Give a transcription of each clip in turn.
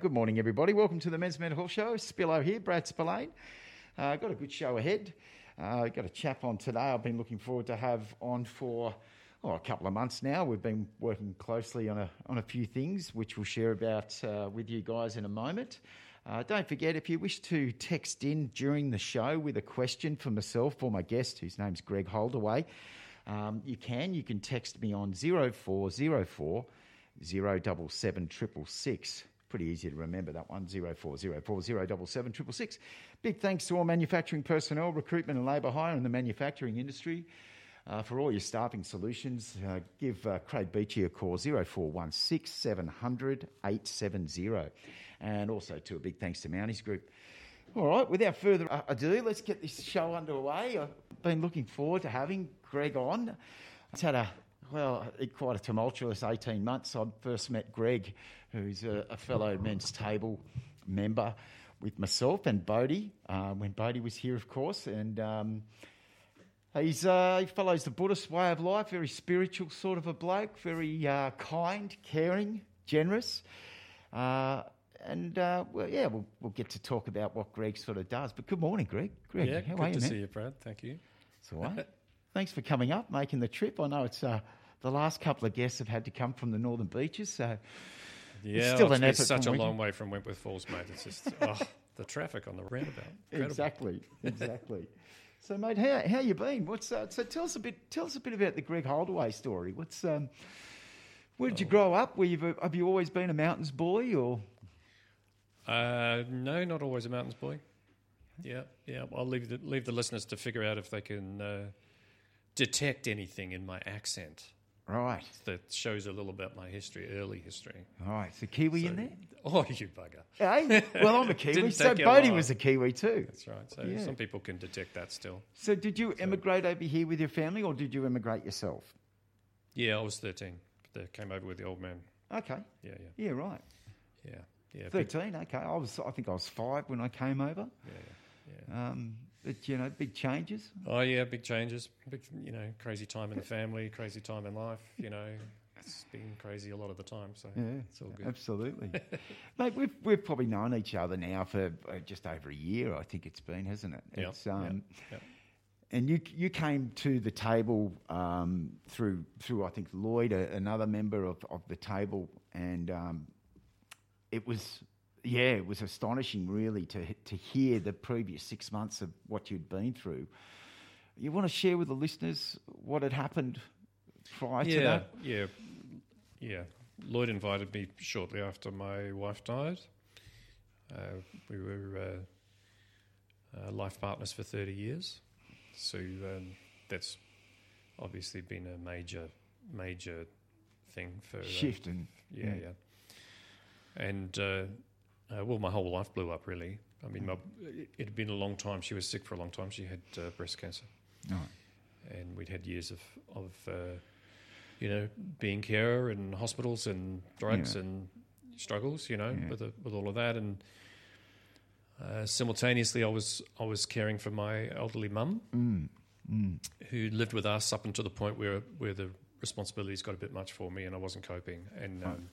Good morning, everybody. Welcome to the Men's Mental Health Show. Spillo here, Brad Spillane. Uh, got a good show ahead. Uh, got a chap on today I've been looking forward to have on for oh, a couple of months now. We've been working closely on a, on a few things, which we'll share about uh, with you guys in a moment. Uh, don't forget, if you wish to text in during the show with a question for myself or my guest, whose name's Greg Holdaway, um, you can. You can text me on 0404 077 Pretty easy to remember that one, 0404 077 Big thanks to all manufacturing personnel, recruitment and labour hire in the manufacturing industry. Uh, for all your staffing solutions, uh, give uh, Craig Beachy a call, 0416 700 870. And also to a big thanks to Mounties Group. All right, without further uh, ado, let's get this show underway. I've been looking forward to having Greg on. It's had a well, it- quite a tumultuous 18 months. I first met Greg, who's a, a fellow men's table member with myself and Bodie, uh, when Bodie was here, of course. And um, He's, uh, he follows the Buddhist way of life, very spiritual sort of a bloke, very uh, kind, caring, generous. Uh, and uh, well, yeah, we'll, we'll get to talk about what Greg sort of does. But good morning, Greg. Greg, Yeah, how good are you, to man? see you, Brad. Thank you. It's all right. Thanks for coming up, making the trip. I know it's uh, the last couple of guests have had to come from the northern beaches, so Yeah, still well, an it's effort such a from long way from Wentworth Falls, mate. It's just oh, the traffic on the roundabout. Incredible. exactly, exactly. so, mate, how how you been? What's uh, so? Tell us a bit. Tell us a bit about the Greg Holdaway story. What's um, where Oh. did you grow up? Were you have you always been a mountains boy, or Uh, no, not always a mountains boy. Yeah, yeah. I'll leave the, leave the listeners to figure out if they can uh, detect anything in my accent right? that shows a little about my history, early history. All right, so Kiwi in So- there. Oh, you bugger. Hey, well, I'm a Kiwi, Didn't so take you Bodie long. was a Kiwi too. That's right. So Yeah. some people can detect that still. So, did you emigrate over here with your family, or did you emigrate yourself? Yeah, I was 13. But they came over with the old man. Okay, Yeah, yeah, right. yeah, yeah. Yeah, big- Thirteen. Okay, I was. I think I was five when I came over. yeah, yeah. yeah. Um, but you know, big changes. Oh yeah, big changes. Big, you know, crazy time in the family, crazy time in life. You know, it's been crazy a lot of the time. So Yeah, it's all good. absolutely, mate. We've we've probably known each other now for uh, just over a year. I think it's been, hasn't it? Yeah, It's, yeah, um, yeah. And you you came to the table um, through through I think Lloyd, a, another member of, of the table, and um, it was yeah, it was astonishing really to to hear the previous six months of what you'd been through. You want to share with the listeners what had happened prior to Yeah, that? yeah, yeah. Lloyd invited me shortly after my wife died. Uh, we were uh, uh, life partners for thirty years, so um, that's obviously been a major, major thing for uh, Shift and yeah, Yeah. yeah. And uh, uh, well, my whole life blew up. Really, I mean, my, Mm. it had been a long time. She was sick for a long time. She had uh, breast cancer, Right. and we'd had years of of uh, you know being carer and hospitals and drugs Yeah. and struggles. You know, Yeah. with the, with all of that, and uh, simultaneously, I was I was caring for my elderly mum, Mm. Mm. who lived with us up until the point where where the responsibilities got a bit much for me and I wasn't coping. And um,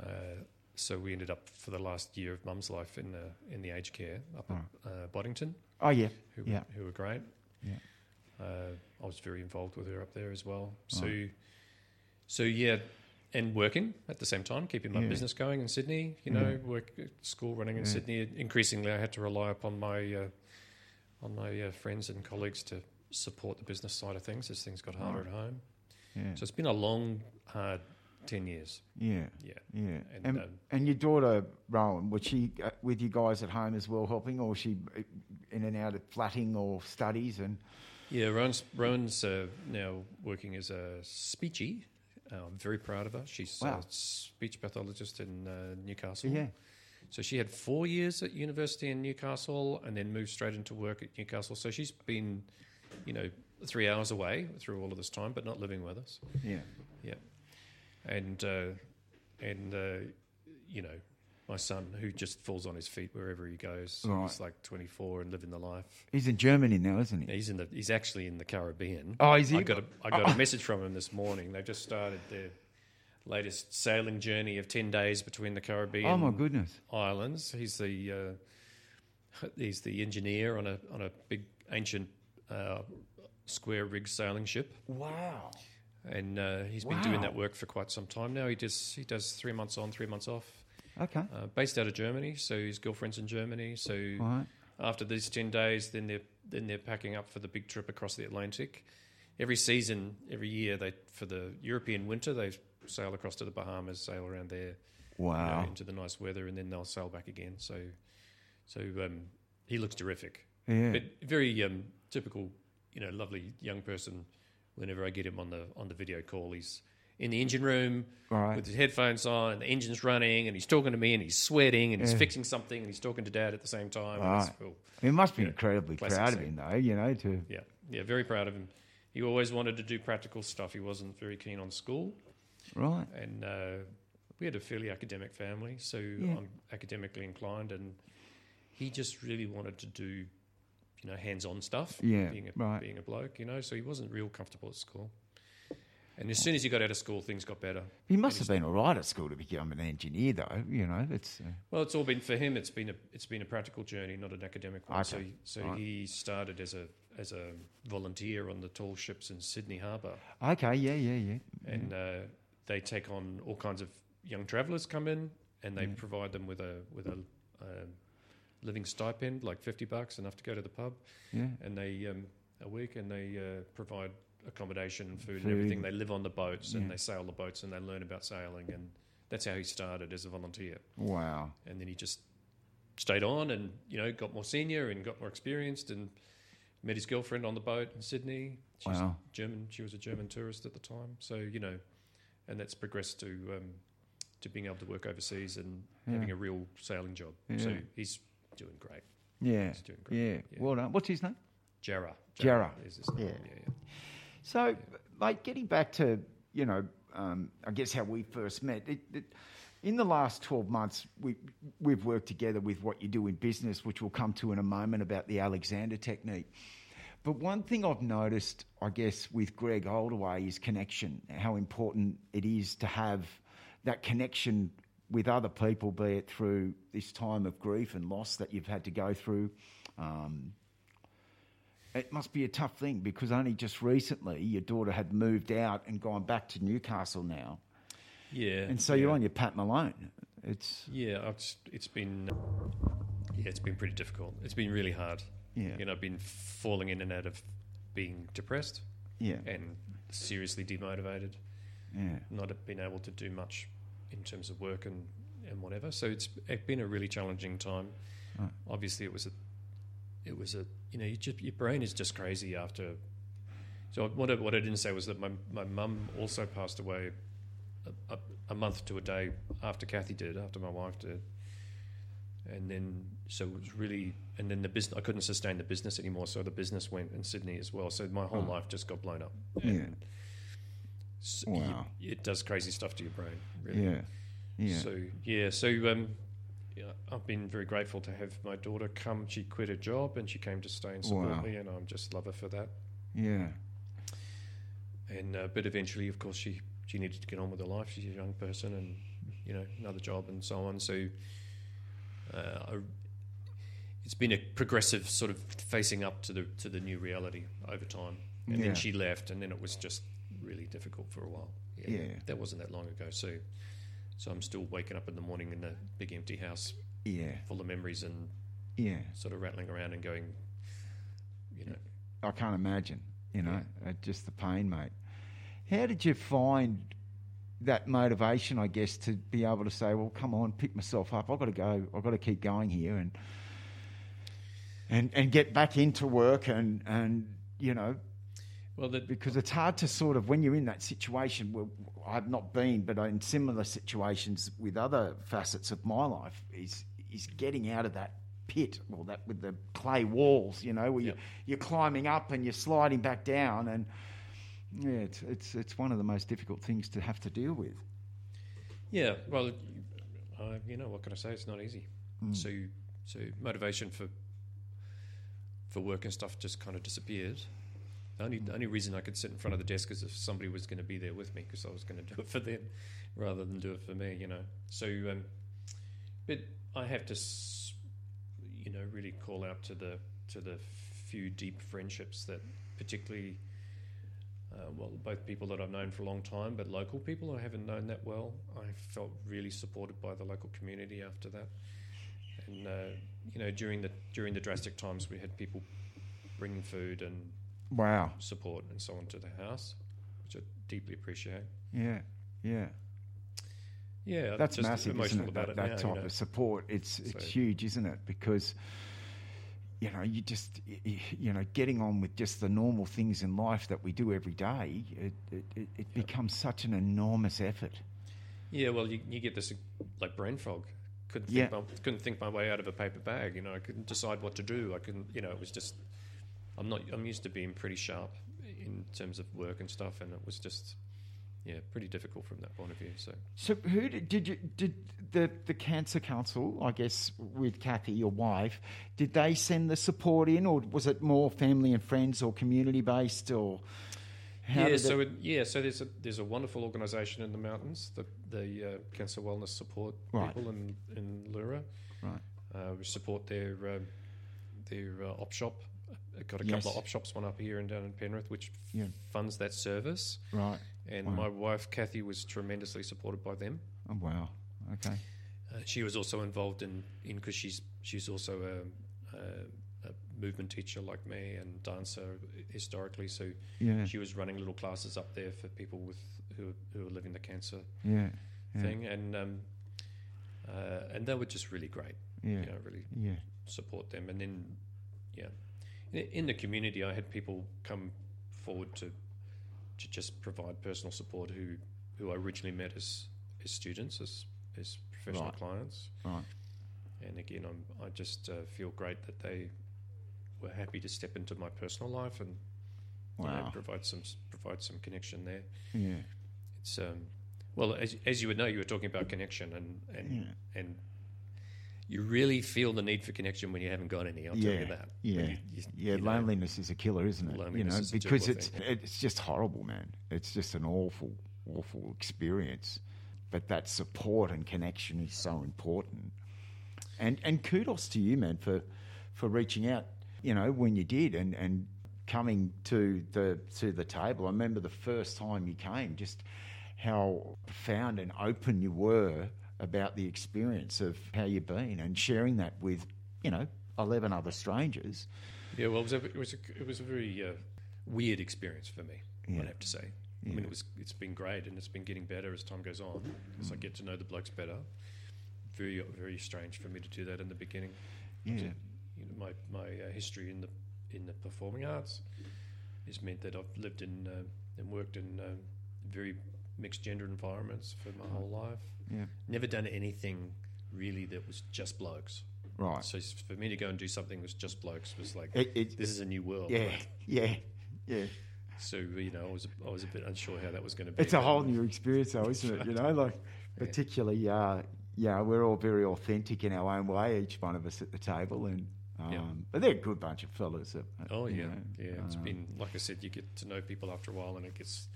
uh, so we ended up for the last year of Mum's life in the in the aged care up Right. at uh, Boddington, Oh yeah, who Yeah. who were great. Yeah. Uh, I was very involved with her up there as well. So so yeah. And working at the same time, keeping my Yeah. business going in Sydney, you Yeah. know, work school running in Yeah. Sydney. Increasingly, I had to rely upon my uh, on my uh, friends and colleagues to support the business side of things as things got harder Right. at home. yeah, So it's been a long, hard ten years. yeah, Yeah, yeah. and, And, um, and your daughter Rowan, was she uh, with you guys at home as well, helping, or was she uh, in and out of flatting or studies? And yeah. Rowan's Rowan's uh, now working as a speechy. Uh, I'm very proud of her. She's Wow. a speech pathologist in uh, Newcastle. yeah, So she had four years at university in Newcastle, and then moved straight into work at Newcastle. So she's been, you know, three hours away through all of this time, but not living with us. yeah, and uh, and uh, you know my son who just falls on his feet wherever he goes. Right. He's like 24 and living the life. he's in Germany now, isn't he? He's in the he's actually in the Caribbean. Oh, is he? I got a I got a message from him this morning. They've just started their latest sailing journey of 10 days between the Caribbean Oh my goodness. islands. He's the uh, he's the engineer on a on a big ancient uh, square rig sailing ship, Wow. and uh, he's been doing Wow. that work for quite some time now. He does he does three months on, three months off. Okay. Uh, based out of Germany, so his girlfriend's in Germany. So All right. after these ten days, then they're then they're packing up for the big trip across the Atlantic. Every season, every year, they for the European winter they sail across to the Bahamas, sail around there, you know, Wow. into the nice weather, and then they'll sail back again. So, so um, he looks terrific, Yeah. but very um, typical, you know, lovely young person. Whenever I get him on the on the video call, he's in the engine room All right. with his headphones on, the engine's running, and he's talking to me, and he's sweating, and he's Yeah. fixing something, and he's talking to Dad at the same time. and Right. it's cool. It must be Yeah. incredibly Classic proud of scene. him, though. You know, to Yeah, yeah, very proud of him. He always wanted to do practical stuff. He wasn't very keen on school, right. and uh, we had a fairly academic family, so I'm academically inclined, and he just really wanted to do, you know, hands-on stuff. Yeah, being a, right. being a bloke, you know, so he wasn't real comfortable at school. And as soon as he got out of school, things got better. He must have been all right at school to become an engineer, though. You know, it's uh, Well, it's all been for him. It's been a it's been a practical journey, not an academic one. So, Okay. so Right. he started as a as a volunteer on the tall ships in Sydney Harbour, okay. Yeah, yeah, yeah. and uh, Mm-hmm. they take on all kinds of young travellers come in, and they Yeah. provide them with a with a um, living stipend, like fifty bucks, enough to go to the pub, Yeah. and they um, a week, and they uh, provide accommodation, and food, Food. and everything. They live on the boats, Yeah. and they sail the boats, and they learn about sailing, and that's how he started as a volunteer Wow. and then he just stayed on and you know got more senior and got more experienced and met his girlfriend on the boat in Sydney. She's Wow. German. She was a German tourist at the time, so you know, and that's progressed to um, to being able to work overseas and Yeah. having a real sailing job. So Yeah. he's doing great. Yeah. He's doing great. Yeah. Yeah. Well done. What's his name? Jarrah. Jarrah. is his name. Yeah. yeah, yeah. So, like, getting back to, you know, um, I guess how we first met, it, it, in the last 12 months, we, we've worked together with what you do in business, which we'll come to in a moment about the Alexander technique. But one thing I've noticed, I guess, with Greg Oldaway is connection, how important it is to have that connection with other people, be it through this time of grief and loss that you've had to go through, um, it must be a tough thing because only just recently your daughter had moved out and gone back to Newcastle now, Yeah. and so you're on your Pat Malone. It's Yeah, it's, it's been yeah, it's been pretty difficult. It's been really hard. Yeah. you know, I've been falling in and out of being depressed yeah, and seriously demotivated, yeah, not being able to do much in terms of work and, and whatever. So it's it's been a really challenging time. Right. Obviously, it was a it was a you know you just, your brain is just crazy after. So what I, what I didn't say was that my my mum also passed away a, a, a month to a day after Kathy did, after my wife did, and then so it was really and then the business I couldn't sustain the business anymore, so the business went in Sydney as well. So my whole Right. life just got blown up. Yeah. And s- you- Wow. it does crazy stuff to your brain. Really. yeah, yeah. So yeah, so um, yeah, I've been very grateful to have my daughter come. She quit her job and she came to stay and support Wow. me, and I just love her for that. yeah, And uh, but eventually, of course, she she needed to get on with her life. She's a young person, and you know another job and so on. So uh, I, it's been a progressive sort of facing up to the to the new reality over time. And Yeah. then she left, and then it was just really difficult for a while. Yeah. that wasn't that long ago. So so I'm still waking up in the morning in the big empty house yeah, full of memories and yeah. sort of rattling around and going, you know, I can't imagine. You know, uh, just the pain, mate. How did you find that motivation? I guess to be able to say, "Well, come on, pick myself up. I've got to go. I've got to keep going here," and and and get back into work and and you know well, the, because it's hard to sort of when you're in that situation. Well, I've not been, but in similar situations with other facets of my life, is is getting out of that pit or that with the clay walls, you know, where Yep. you, you're climbing up and you're sliding back down, and yeah, it's it's it's one of the most difficult things to have to deal with. Yeah, well, uh, you know what can I say? It's not easy. So, so motivation for for work and stuff just kind of disappeared, The only, the only reason I could sit in front of the desk is if somebody was going to be there with me because I was going to do it for them rather than do it for me, you know. So, um, but I have to, s- you know, really call out to the to the few deep friendships that, particularly, uh, well, both people that I've known for a long time, but local people I haven't known that well. I felt really supported by the local community after that, and uh, you know, during the during the drastic times, we had people bringing food and Wow. support and so on to the house, which I deeply appreciate. Yeah. Yeah. Yeah, That's just massive, isn't emotional it? about That, that now, type you know. of support. It's it's So- huge, isn't it? Because you know, you just y- y- you know, getting on with just the normal things in life that we do every day, it it, it, it becomes such an enormous effort. Yeah, well, you, you get this like brain fog. Couldn't think Yeah. my, couldn't think my way out of a paper bag. You know, I couldn't decide what to do. I couldn't. You know, it was just. I'm not. I'm used to being pretty sharp in terms of work and stuff, and it was just, yeah, pretty difficult from that point of view. So So, who did, did you did the the cancer council? I guess with Kathy, your wife, did they send the support in, or was it more family and friends, or community based, or how yeah, did so it, it, yeah, so there's a there's a wonderful organisation in the mountains, the the uh, cancer wellness support Right. people in in Lura, Right. Uh, we support their uh, their uh, op shop. I've got a couple Yes. of op shops, one up here and down in Penrith, which f- Yeah. funds that service. right? And Wow. my wife Kathy was tremendously supported by them. Oh wow, okay, Uh, she was also involved in in because she's she's also a, a, a movement teacher like me and dancer uh, historically, so yeah, she was running little classes up there for people with who who are living the cancer yeah, yeah, thing, and um, uh, and they were just really great. yeah, You know, really yeah, support them, and then yeah, in, in the community, I had people come forward to to just provide personal support who who I originally met as as students as as professional Right. clients, right, and again, I'm I just uh, feel great that they were happy to step into my personal life and you know, wow, provide some s- provide some connection there. yeah, It's um, well, as, as you would know, you were talking about connection, and and, and you really feel the need for connection when you haven't got any. I'll tell Yeah, you that. yeah, When you- you- yeah. you know, loneliness is a killer, isn't it? You loneliness know, is a because terrible it's it's just horrible, man. It's just an awful, awful experience. But that support and connection is so important. And and kudos to you, man, for for reaching out. You know, when you did, and and coming to the to the table. I remember the first time you came, just how profound and open you were about the experience of how you've been, and sharing that with you know eleven other strangers. yeah. Well, it was a, it was a, it was a very uh, weird experience for me. Yeah. I'd have to say. I mean, it was it's been great, and it's been getting better as time goes on. As I get to know the blokes better, very very strange for me to do that in the beginning. Yeah. you know, my my uh, history in the in the performing arts has meant that I've lived in uh, and worked in um very mixed gender environments for my whole life. Yeah. Never done anything really that was just blokes. Right. So s- for me to go and do something that was just blokes was like It, it, this is a new world. yeah, right? yeah, yeah. So you know, I was I was a bit unsure how that was going to be. It's a but- whole new experience, though, isn't it? You know, like particularly, uh, yeah, we're all very authentic in our own way, each one of us at the table, and um, Yeah. but they're a good bunch of fellas. uh, Oh you yeah, know, yeah. It's um, been like I said, you get to know people after a while, and it gets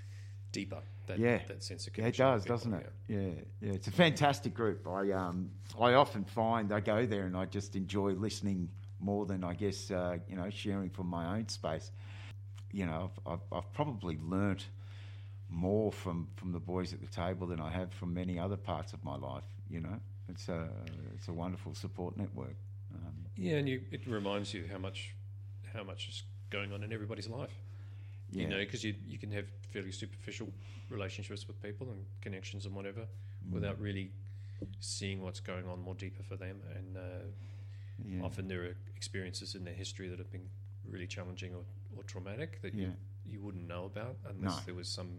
deeper. That, Yeah. that sense of Yeah, it connection. with does, people, doesn't it? Yeah. yeah, It's a fantastic group. I um, I often find I go there and I just enjoy listening more than I guess uh, you know sharing from my own space. You know, I've, I've, I've probably learnt more from from the boys at the table than I have from many other parts of my life. You know, it's a it's a wonderful support network. Um, Yeah, yeah and you, it reminds you how much how much is going on in everybody's life. yeah, You know, because you you can have fairly superficial relationships with people and connections and whatever, Mm. without really seeing what's going on more deeper for them. And uh, Mm, yeah, often there are experiences in their history that have been really challenging or, or traumatic that yeah. you you wouldn't know about unless No. there was some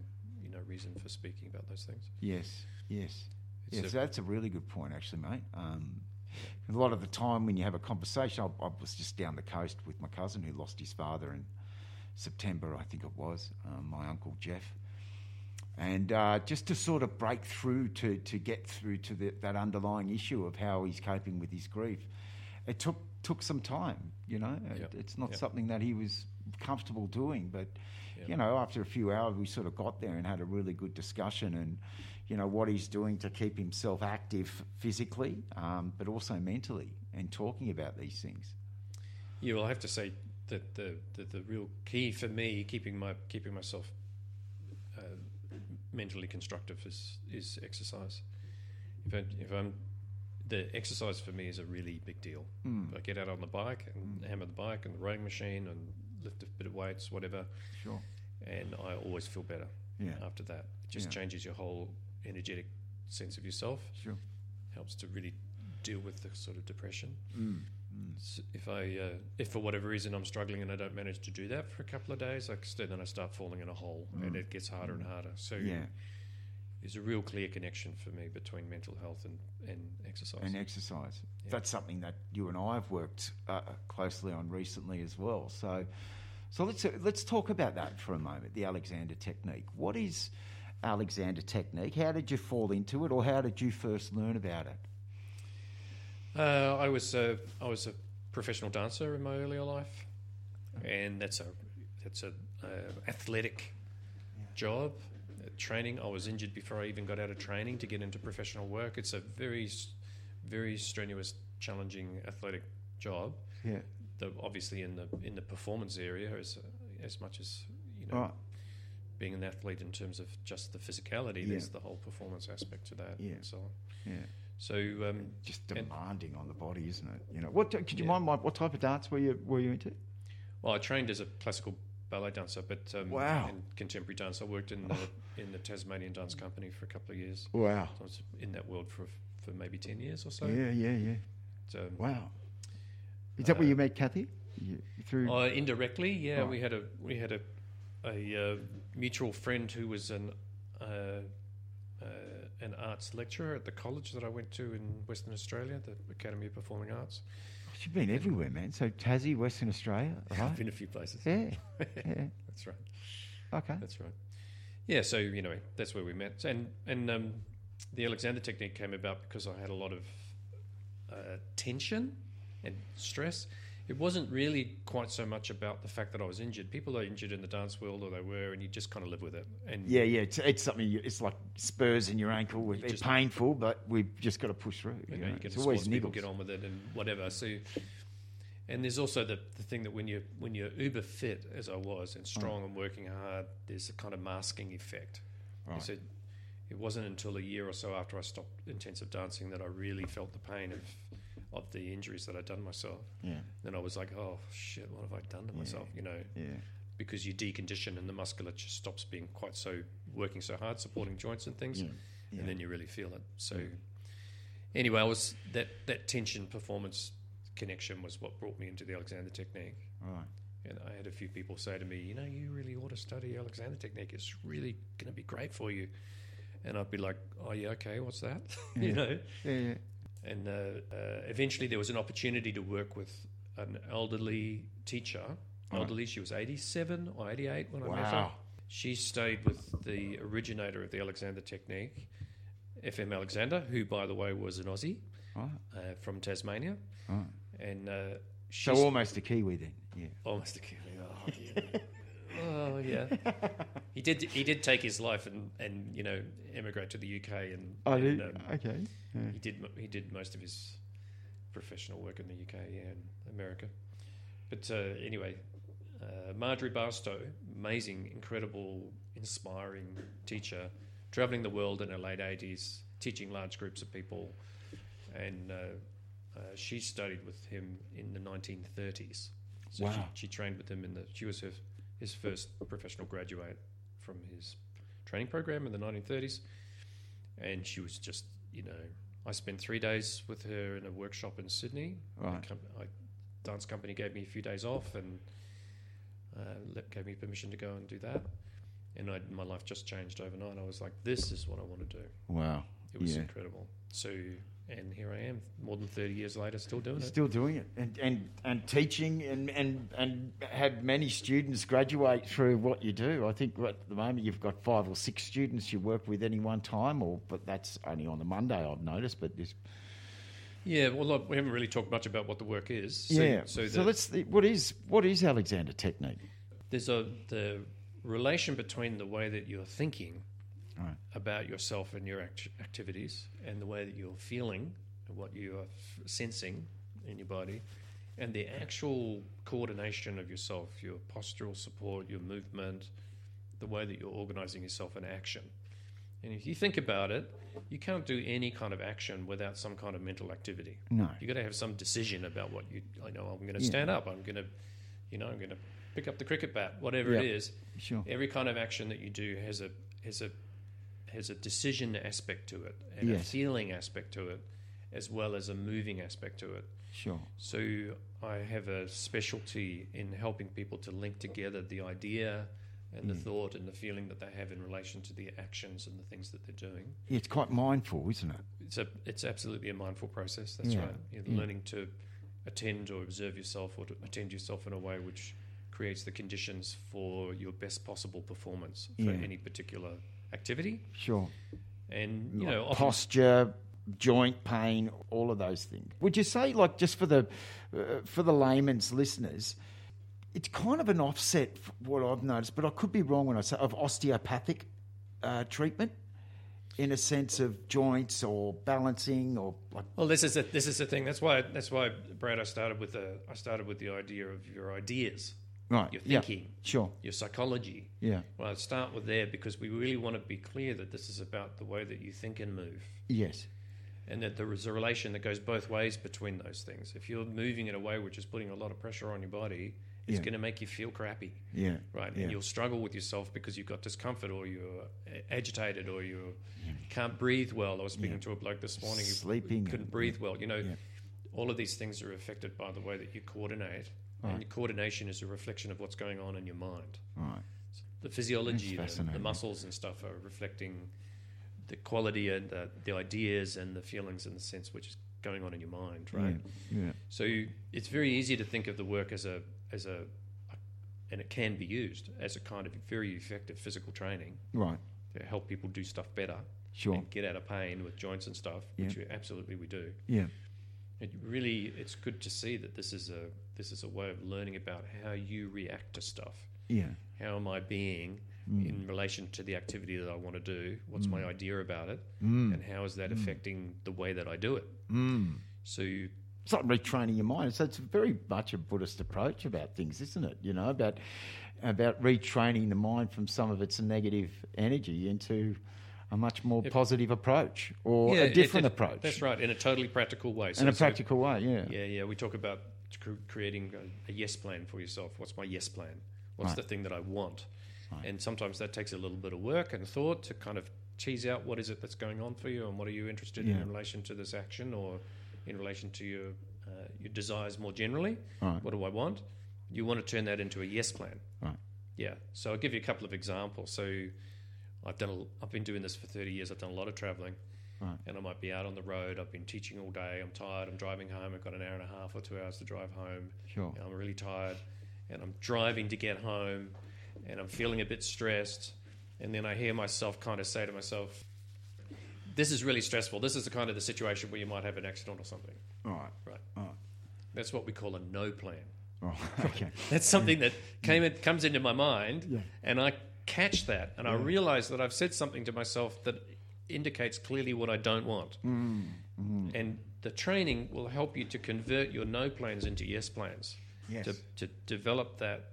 you know reason for speaking about those things. Yes, yes. It's yes, a- that's a really good point, actually, mate. Um, a lot of the time when you have a conversation, I, I was just down the coast with my cousin who lost his father in September, I think it was, um, my uncle Jeff. And uh, just to sort of break through to, to get through to the, that underlying issue of how he's coping with his grief, it took took some time. You know, it, Yep, it's not yep. something that he was comfortable doing. But Yeah. you know, after a few hours, we sort of got there and had a really good discussion and you know what he's doing to keep himself active physically, um, but also mentally, and talking about these things. Yeah, well, I have to say that the the, the real key for me keeping my keeping myself uh, mentally constructive is is exercise. If I, if I'm the exercise for me is a really big deal. Mm, I get out on the bike and Hmm. hammer the bike and the rowing machine and lift a bit of weights, whatever, sure. and I always feel better Yeah. after that. It just Yeah. changes your whole energetic sense of yourself. Sure. Helps to really deal with the sort of depression. Mm, mm, S- if I uh, if for whatever reason I'm struggling and I don't manage to do that for a couple of days, I c- then I start falling in a hole and Mm. it gets harder and harder. So yeah. there's a real clear connection for me between mental health and and exercise. And exercise. Yeah. That's something that you and I have worked uh, closely on recently as well. So, so let's uh, let's talk about that for a moment. The Alexander technique. What is Alexander technique? How did you fall into it, or how did you first learn about it? Uh, I was a, I was a professional dancer in my earlier life, and that's a that's a uh, athletic job, uh, training. I was injured before I even got out of training to get into professional work. It's a very s- very strenuous, challenging athletic job. Yeah. The, obviously, in the in the performance area, as as much as you know, Right. being an athlete in terms of just the physicality, Yeah. there's the whole performance aspect to that, Yeah. and so on. Yeah. So um, Just And- demanding on the body, isn't it? You know. What? Could you Yeah. mind? my- What type of dance were you were you into? Well, I trained as a classical ballet dancer, but um, Wow. and contemporary dance. I worked in the in the Tasmanian Dance Company for a couple of years. Wow. I was in that world for for maybe ten years or so. Yeah. Yeah. Yeah. But, um, Wow. Is that where Uh, you met Kathy? You, through. uh, indirectly, yeah, Right. we had a we had a a uh, mutual friend who was an uh, uh, an arts lecturer at the college that I went to in Western Australia, the Academy of Performing Arts. You've been everywhere, man. So Tassie, Western Australia, I've right? been a few places. yeah. Yeah. That's right. Okay. That's right. Yeah, so you know that's where we met, and and um, the Alexander technique came about because I had a lot of uh, tension and stress. It wasn't really quite so much about the fact that I was injured. People are injured in the dance world, or they were, and you just kind of live with it. And Yeah, yeah, it's, it's something. You, it's like spurs in your ankle. It's just- painful, but we've just got to push through. you you know, know. you get it's to always sports, people niggles. get on with it and whatever. So, and there's also the, the thing that when you're when you're uber fit as I was Mm. and strong and working hard, there's a kind of masking effect. Right. So it wasn't until a year or so after I stopped intensive dancing that I really felt the pain of of the injuries that I'd done myself. Yeah, Then I was like, oh shit, what have I done to Yeah. myself? You know, yeah, because you decondition and the musculature stops being quite so working so hard, supporting joints and things yeah. yeah. and then you really feel it. So anyway, I was that that tension performance connection was what brought me into the Alexander technique. right. And I had a few people say to me, you know, you really ought to study Alexander technique. It's really going to be great for you. And I'd be like, oh yeah, okay, what's that? Yeah. you know. Yeah, yeah. And uh, uh, eventually, there was an opportunity to work with an elderly teacher. Right. Elderly, she was eighty-seven or eighty-eight when I met her. Wow. She stayed with the originator of the Alexander technique, FM Alexander, who, by the way, was an Aussie Right. uh, from Tasmania. right. And uh, So she's almost a Kiwi then. Yeah. almost a Kiwi. Oh, yeah. oh yeah, he did. He did take his life and and you know emigrate to the UK and, I and do. um, Oh, okay. Yeah. he did. mo- He did most of his professional work in the UK and America. But uh, anyway, uh, Marjorie Barstow, amazing, incredible, inspiring teacher, traveling the world in her late eighties, teaching large groups of people, and uh, uh, she studied with him in the nineteen thirties. So Wow. she, she trained with him in the. She was her, his first professional graduate from his training program in the nineteen thirties, and she was just you know. I spent three days with her in a workshop in Sydney Right. the com- I, dance company gave me a few days off and uh, let- gave me permission to go and do that. And I, my life just changed overnight. I was like, this is what I want to do. Wow. It was Yeah. incredible. So, and here I am, more than 30 years later, still doing it. Still doing it and, and, and teaching and, and, and had many students graduate through what you do. I think at the moment you've got five or six students you work with any one time, or but that's only on the Monday I've noticed. But this Yeah, well, look, we haven't really talked much about what the work is. So, yeah. So, So, the, let's. What is what is Alexander technique? there's a the relation between the way that you're thinking Right. about yourself and your act- activities and the way that you're feeling and what you are f- sensing in your body and the actual coordination of yourself your postural support your movement the way that you're organizing yourself in action and if you think about it you can't do any kind of action without some kind of mental activity No. you got to have some decision about what you. I know I'm going to Yeah. stand up. I'm going to, you know, I'm going to pick up the cricket bat. Whatever it Yeah. is, Sure. every kind of action that you do has a has a has a decision aspect to it and a Yes. feeling aspect to it, as well as a moving aspect to it. Sure. So I have a specialty in helping people to link together the idea and the Mm. thought and the feeling that they have in relation to the actions and the things that they're doing Yeah, it's quite mindful, isn't it? it's a it's absolutely a mindful process. That's Yeah. Mm. right. You're Yeah. learning to attend or observe yourself or to attend yourself in a way which creates the conditions for your best possible performance for Yeah. any particular activity. Sure. And you Like know, often, posture, joint pain, all of those things. Would you say, like, just for the uh, for the layman's listeners, it's kind of an offset f what I've noticed, but I could be wrong when I say of osteopathic uh, treatment, in a sense of joints or balancing or like, well, this is a, this is the thing. That's why that's why Brad, I started with the I started with the idea of your ideas, right, your yeah, thinking, sure, your psychology. yeah, Well, I'd start with there because we really want to be clear that this is about the way that you think and move. yes, and that there is a relation that goes both ways between those things. If you're moving in a way which is putting a lot of pressure on your body, it's Yeah. going to make you feel crappy, yeah, right? Yeah. And you'll struggle with yourself because you've got discomfort, or you're a- agitated, or you can't breathe well. I was speaking Yeah. to a bloke this morning who sleeping, couldn't breathe well. You know, Yeah. all of these things are affected by the way that you coordinate, and your coordination is a reflection of what's going on in your mind. right, The physiology, That's the, the fascinating. muscles and stuff are reflecting the quality and the, the ideas and the feelings and the sense which is going on in your mind, right? yeah, yeah, So you- it's very easy to think of the work as a as a and it can be used as a kind of very effective physical training right, to help people do stuff better sure, and get out of pain with joints and stuff, which we, absolutely we do. yeah, It really it's good to see that this is a this is a way of learning about how you react to stuff. yeah, How am I being Mm. in relation to the activity that I want to do? What's my idea about it? And how is that affecting the way that I do it? mm. So you- it's like retraining your mind. So it's very much a Buddhist approach about things, isn't it? You know, about about retraining the mind from some of its negative energy into a much more positive approach or Yeah, a it- different it- approach That's right, in a totally practical way. So in a it's like- practical way. Yeah. yeah, yeah. We talk about cr- creating a, a yes plan for yourself. What's my yes plan? What's Right. the thing that I want? And sometimes that takes a little bit of work and thought to kind of tease out what is it that's going on for you and what are you interested in Yeah. in relation to this action or in relation to your uh, your desires more generally. Right. What do I want? You want to turn that into a yes plan. Right. Yeah. So I'll give you a couple of examples. So I've done. A, I've been doing this for thirty years. I've done a lot of traveling, Right. and I might be out on the road. I've been teaching all day. I'm tired. I'm driving home. I've got an hour and a half or two hours to drive home. Sure. And I'm really tired, and I'm driving to get home, and I'm feeling a bit stressed. And then I hear myself kind of say to myself, "This is really stressful. This is the kind of the situation where you might have an accident or something." All right. Right. All That's what we call a no plan. right. Right. Okay. That's something that came in, comes into my mind, Yeah. and I catch that, and I realize that I've said something to myself that indicates clearly what I don't want. Mm, And the training will help you to convert your no plans into yes plans, Yes. to, to develop that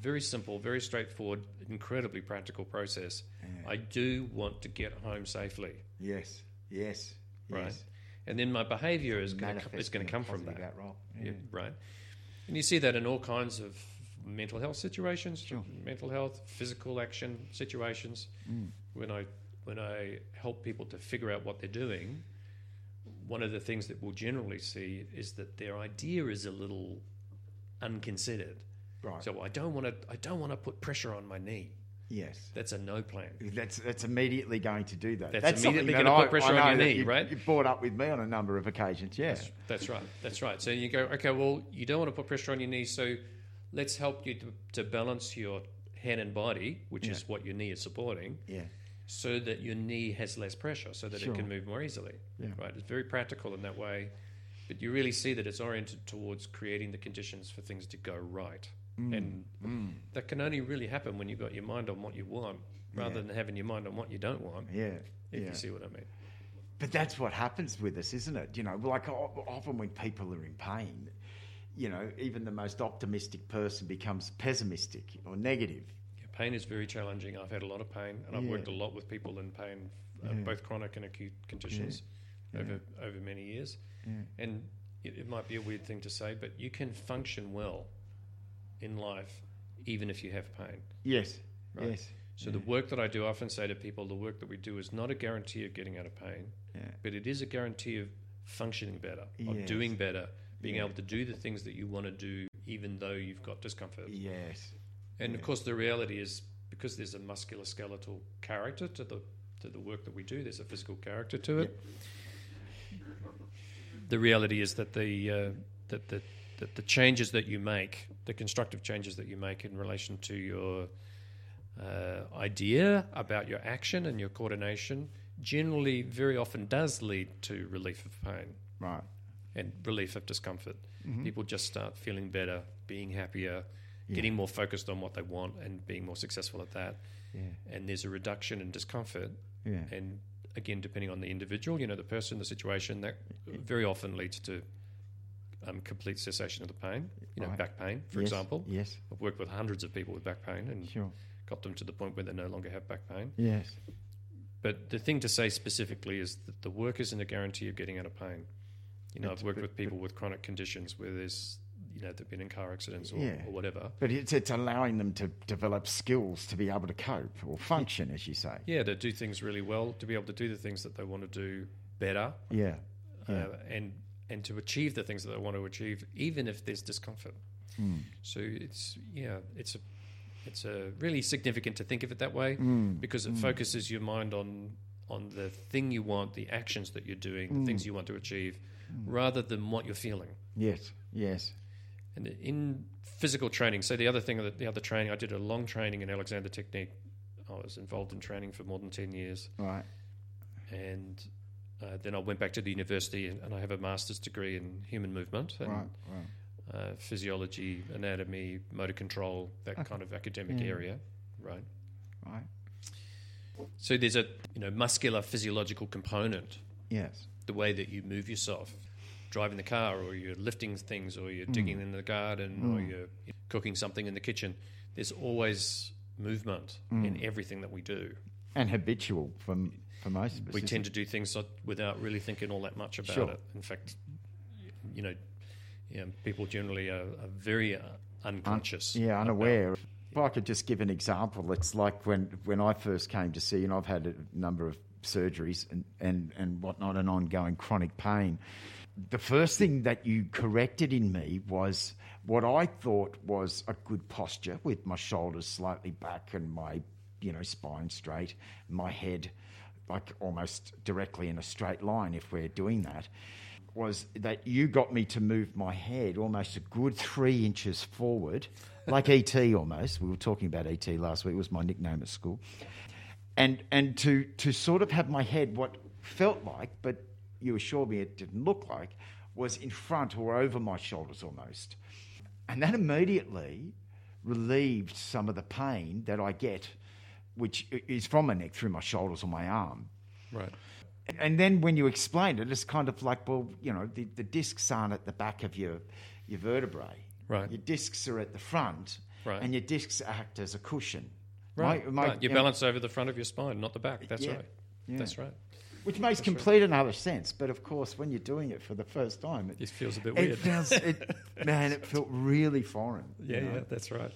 very simple, very straightforward, incredibly practical process. I do want to get home safely, yes. Yes. right? And then my behavior is going to is going to come from that. Yeah, right. And you see that in all kinds of mental health situations, mental health, physical action situations. When I when I help people to figure out what they're doing, one of the things that we'll generally see is that their idea is a little unconsidered. Right. So I don't want to I don't want to put pressure on my knee. yes. That's a no plan. That's that's immediately going to do that. That's something that immediately gonna put I- I pressure on know your that knee, you've- right? You've brought up with me on a number of occasions. Yeah. That's right. That's right. So you go, okay, well, you don't want to put pressure on your knee, so let's help you to, to balance your head and body, which is what your knee is supporting, Yeah. so that your knee has less pressure, so that Sure. it can move more easily. Yeah. Right. It's very practical in that way, but you really see that it's oriented towards creating the conditions for things to go right. Mm. And that can only really happen when you've got your mind on what you want rather Yeah. than having your mind on what you don't want, Yeah. if yeah. you see what I mean. But that's what happens with us, isn't it? You know, like o- often when people are in pain, you know, even the most optimistic person becomes pessimistic or negative. Yeah, pain is very challenging. I've had a lot of pain, and I've Yeah. worked a lot with people in pain, uh, Yeah. both chronic and acute conditions, Yeah. over over many years. Yeah. And it, it might be a weird thing to say, but you can function well in life even if you have pain. Yes. Right. Yes. So Yeah. the work that I do, I often say to people, the work that we do is not a guarantee of getting out of pain, Yeah. but it is a guarantee of functioning better, of Yes. doing better, being Yeah. able to do the things that you want to do, even though you've got discomfort. Yes. And of Yeah. course, the reality is because there's a musculoskeletal character to the to the work that we do. There's a physical character to it. The reality is that the uh, that the that the changes that you make, the constructive changes that you make in relation to your uh, idea about your action and your coordination, generally, very often does lead to relief of pain Right. and relief of discomfort. Mm-hmm. People just start feeling better, being happier, Yeah. getting more focused on what they want and being more successful at that. Yeah. And there's a reduction in discomfort. Yeah. And again, depending on the individual, you know, the person, the situation, that very often leads to um, complete cessation of the pain, you know, Right. back pain, for Yes. example. Mm. Yes. I've worked with hundreds of people with back pain and Sure. got them to the point where they no longer have back pain. Yes. But the thing to say specifically is that the work isn't a guarantee of getting out of pain. You know, But- I've worked but- with people with chronic conditions where there's, you know, they've been in car accidents or, Yeah. or whatever. But it's, it's allowing them to develop skills to be able to cope or function, as you say. Yeah, to do things really well, to be able to do the things that they want to do better, Yeah. Yeah. uh, and and to achieve the things that they want to achieve, even if there's discomfort. Mm. So it's yeah, it's a it's a really significant to think of it that way Mm. because it focuses your mind on on the thing you want, the actions that you're doing, the things you want to achieve, rather than what you're feeling. Yes. Yes. And in physical training, so the other thing that the other training I did a long training in Alexander Technique. I was involved in training for more than ten years Right. and uh, then I went back to the university and, and I have a master's degree in human movement and Right. Right. uh, physiology, anatomy, motor control, that kind of academic Yeah. area, right? Right. So there's a you know muscular physiological component, Yes. the way that you move yourself, driving the car, or you're lifting things, or you're digging Mm. in the garden, or you're cooking something in the kitchen. There's always movement Mm. in everything that we do. And habitual for, m- for most of us. we isn't tend it? to do things not- without really thinking all that much about Sure. it. In fact, you know, yeah, people generally are, are very uh, unconscious. Yeah, unaware. If I could just give an example, it's like when, when I first came to see, and I've had a number of surgeries and, and, and whatnot, and ongoing chronic pain. The first thing that you corrected in me was what I thought was a good posture with my shoulders slightly back and my you know spine straight, my head like almost directly in a straight line if we're doing that was that you got me to move my head almost a good three inches forward, like ET almost. We were talking about ET last week. It was my nickname at school, and and to to sort of have my head what felt like, but you assured me it didn't look like, was in front or over my shoulders almost, and that immediately relieved some of the pain that I get, which i- is from my neck through my shoulders or my arm. Right. And then when you explained it, it's kind of like, well, you know, the, the discs aren't at the back of your, your vertebrae. Right. Your discs are at the front. Right. And your discs act as a cushion. Right. My- my- right. You you know, balance over the front of your spine, not the back. That's Yeah. right. Yeah. That's right. which makes complete another sense. But of course, when you're doing it for the first time, it, It feels a bit it weird. feels, it, man, it felt really foreign. you yeah, know? yeah, that's right.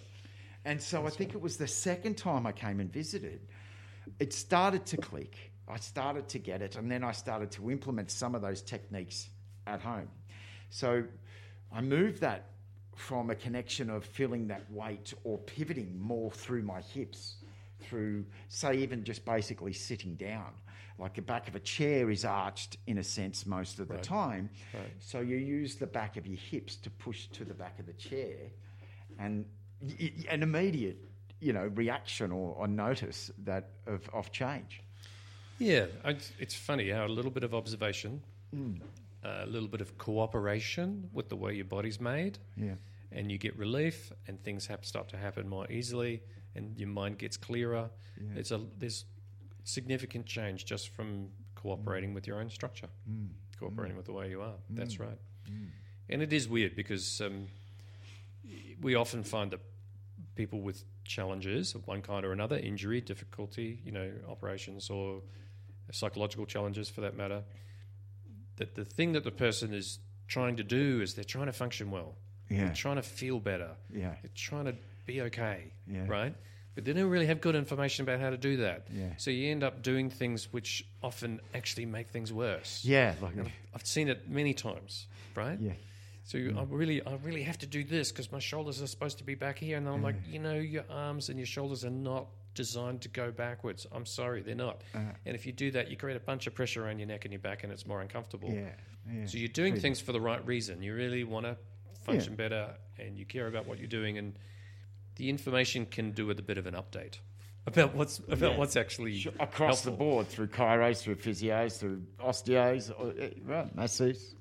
And so I think it was the second time I came and visited, it started to click. I started to get it. And then I started to implement some of those techniques at home. So I moved that from a connection of feeling that weight or pivoting more through my hips, through, say, even just basically sitting down. Like the back of a chair is arched in a sense most of the time. Right. So you use the back of your hips to push to the back of the chair and y- y- an immediate, you know, reaction or, or notice that of, of change. Yeah, I, it's funny how a little bit of Hmm. observation, a little bit of cooperation with the way your body's made, Yeah. and you get relief, and things hap start to happen more easily, and your mind gets clearer. Yeah. It's a there's significant change just from cooperating with your own structure, Mm. cooperating with the way you are. That's Mm. right. Mm. And it is weird because um, we often find that people with challenges of one kind or another, injury, difficulty, you know, operations or psychological challenges for that matter, that the thing that the person is trying to do is they're trying to function well, Yeah. they're trying to feel better, Yeah. they're trying to be okay, Yeah. right? But they don't really have good information about how to do that. Yeah. So you end up doing things which often actually make things worse. Yeah. Like, I've seen it many times, right? yeah. So you I really, I really have to do this because my shoulders are supposed to be back here, and I'm like, you know, your arms and your shoulders are not designed to go backwards. I'm sorry, they're not. Uh-huh. And if you do that, you create a bunch of pressure around your neck and your back, and it's more uncomfortable. Yeah. Yeah. So you're doing things for the right reason. You really want to function better, and you care about what you're doing, and the information can do with a bit of an update about what's about Yeah. what's actually Sure, Across helpful. the board, through chiros, through physios, through osteos, or, eh, right, masseuses.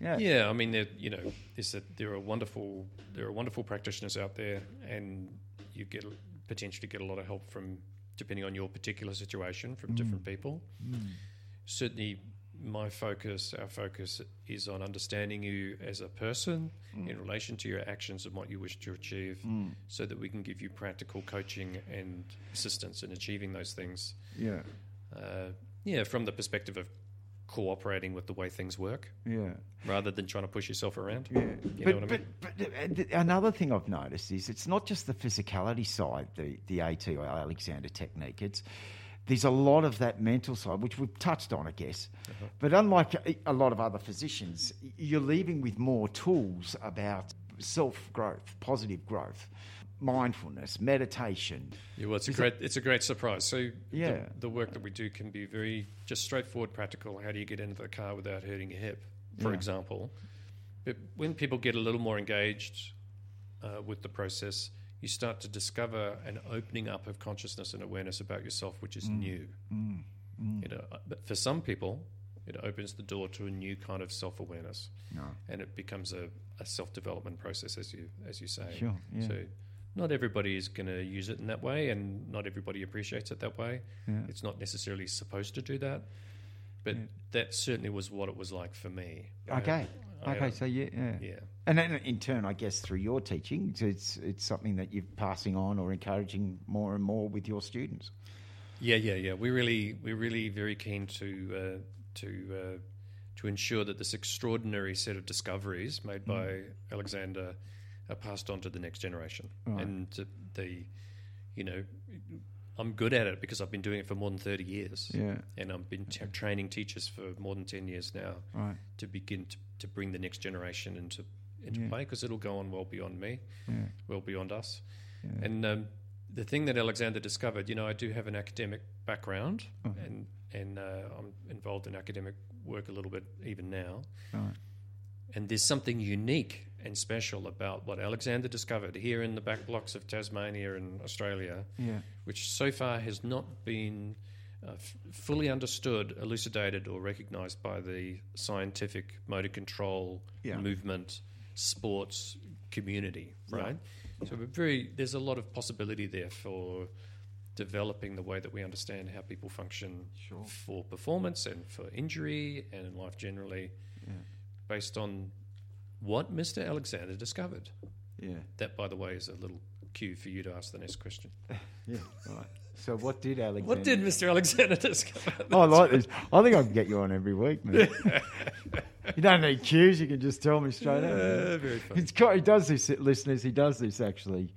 Yeah. Yeah, I mean, there you know, there's a, there are wonderful there are wonderful practitioners out there, and you get potentially get a lot of help from depending on your particular situation from different people. Certainly, my focus, our focus, is on understanding you as a person in relation to your actions and what you wish to achieve, so that we can give you practical coaching and assistance in achieving those things. Yeah. Uh, yeah, from the perspective of cooperating with the way things work Yeah. rather than trying to push yourself around. Yeah. You but, know what I mean? but, but uh, th- another thing I've noticed is it's not just the physicality side, the, the AT or Alexander technique. It's there's a lot of that mental side, which we've touched on, I guess. Uh-huh. But unlike a- a lot of other physicians, y- you're leaving with more tools about self growth, positive growth, mindfulness, meditation. Yeah, well, it's a great it's a great surprise. So Yeah. the, the work that we do can be very just straightforward, practical. How do you get into the car without hurting your hip, for Yeah. example? But when people get a little more engaged uh, with the process, you start to discover an opening up of consciousness and awareness about yourself, which Mm. is new. You know, uh, but for some people, it opens the door to a new kind of self awareness. No. and it becomes a, a self development process, as you as you say. Sure, yeah. So not everybody is going to use it in that way, and not everybody appreciates it that way. Yeah. It's not necessarily supposed to do that, but that certainly was what it was like for me. I- Okay. uh, I- okay. So yeah, yeah. yeah. And then in turn, I guess through your teaching, it's it's something that you're passing on or encouraging more and more with your students. Yeah, yeah, yeah. We really, we're really very keen to uh, to uh, to ensure that this extraordinary set of discoveries Mm. made by Alexander are passed on to the next generation. And to the, you know, I'm good at it because I've been doing it for more than thirty years. Yeah. And I've been t- training teachers for more than ten years now Right. to begin to, to bring the next generation into into Yeah. play because it'll go on well beyond me Yeah. well beyond us. Yeah. And um, the thing that Alexander discovered, you know, I do have an academic background, Uh-huh. and and uh, I'm involved in academic work a little bit even now. Right. And there's something unique and special about what Alexander discovered here in the back blocks of Tasmania and Australia, Yeah. which so far has not been uh, f- fully understood, elucidated, or recognised by the scientific motor control Yeah. movement, sports community, Yeah. right? So we're very there's a lot of possibility there for developing the way that we understand how people function Sure. for performance and for injury and in life generally, Yeah. based on what Mr. Alexander discovered. Yeah. That, by the way, is a little cue for you to ask the next question. Yeah. Right. So what did Alexander? What did Mr. Alexander discover? Oh, I like this. I think I can get you on every week, man. you don't need cues. You can just tell me straight out. Uh, very funny. It's quite, he does this, listeners. He does this actually,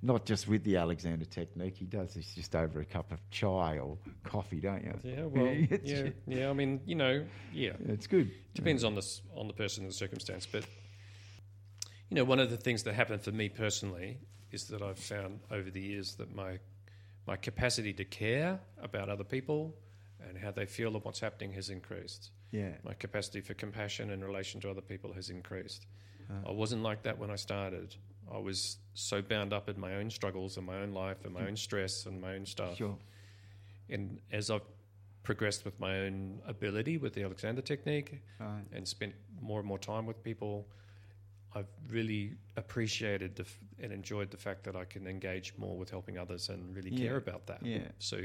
not just with the Alexander technique. He does this just over a cup of chai or coffee, don't you? Yeah, well, It's- yeah, yeah. I mean, you know, yeah. It's good. Depends on the s- on the person and the circumstance, but you know, one of the things that happened for me personally is that I've found over the years that my my capacity to care about other people and how they feel and what's happening has increased. Yeah. My capacity for compassion in relation to other people has increased. I wasn't like that when I started. I was so bound up in my own struggles and my own life and my own stress and my own stuff Sure. and as I've progressed with my own ability with the Alexander technique Right. and spent more and more time with people, I I've really appreciated the f- and enjoyed the fact that I can engage more with helping others and really Yeah. care about that. Yeah. So,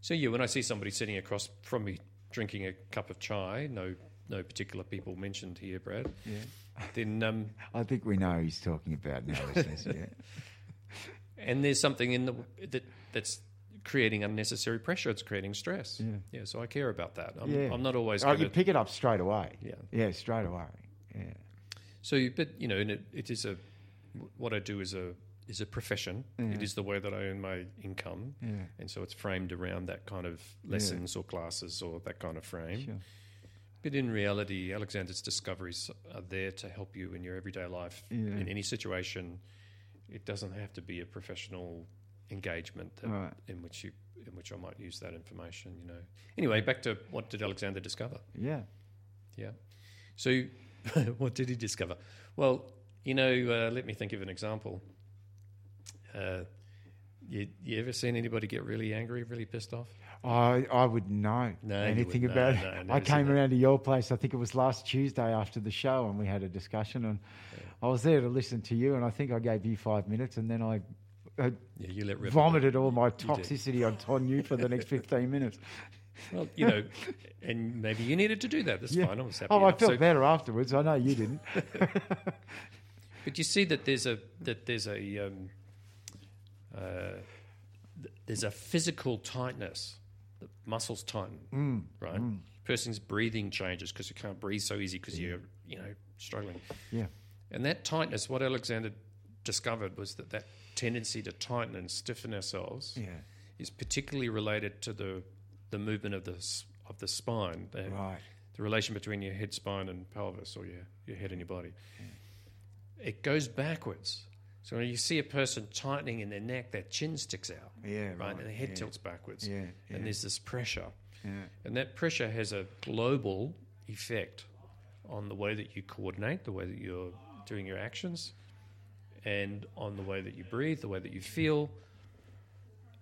so yeah, when I see somebody sitting across from me drinking a cup of chai, no, no particular people mentioned here, Brad. Yeah. Then, um, I think we know who he's talking about now, listeners. Yeah. and there's something in the that that's creating unnecessary pressure. It's creating stress. Yeah. so I care about that. I'm, Yeah. I'm not always. Oh, Gonna, you pick it up straight away. yeah. Yeah, straight away. Yeah. So, you- but you know, and it, it is a what I do is a is a profession. Yeah. It is the way that I earn my income, Yeah. and so it's framed around that kind of lessons or classes or that kind of frame. Sure. But in reality, Alexander's discoveries are there to help you in your everyday life Yeah. in any situation. It doesn't have to be a professional engagement that, Right. in which you in which I might use that information. You know. Anyway, back to what did Alexander discover? Yeah. Yeah. So, what did he discover? Well, you know, uh, let me think of an example. Uh, you, you ever seen anybody get really angry, really pissed off? I, I would know No, you anything wouldn't. No, about no, I've it. I never seen came that. around to your place. I think it was last Tuesday after the show, and we had a discussion. And I was there to listen to you, and I think I gave you five minutes, and then I uh, Yeah, you let rip. vomited all my did. toxicity on, on you for the next fifteen minutes. Well, you know, and maybe you needed to do that. That's Yeah. fine. I was happy. Oh, I enough. felt So- better afterwards. I know you didn't. But you see that there's a that there's a um, uh, th- there's a physical tightness. The muscles tighten, right? Person's breathing changes because you can't breathe so easy because you're you know struggling. Yeah. And that tightness, what Alexander discovered was that that tendency to tighten and stiffen ourselves Yeah. is particularly related to the the movement of the s- of the spine, the, Right. the relation between your head, spine, and pelvis, or your, your head and your body. It goes backwards. So when you see a person tightening in their neck, their chin sticks out, Yeah. right? And their head tilts backwards. Yeah. Yeah. And there's this pressure. yeah. And that pressure has a global effect on the way that you coordinate, the way that you're doing your actions, and on the way that you breathe, the way that you feel,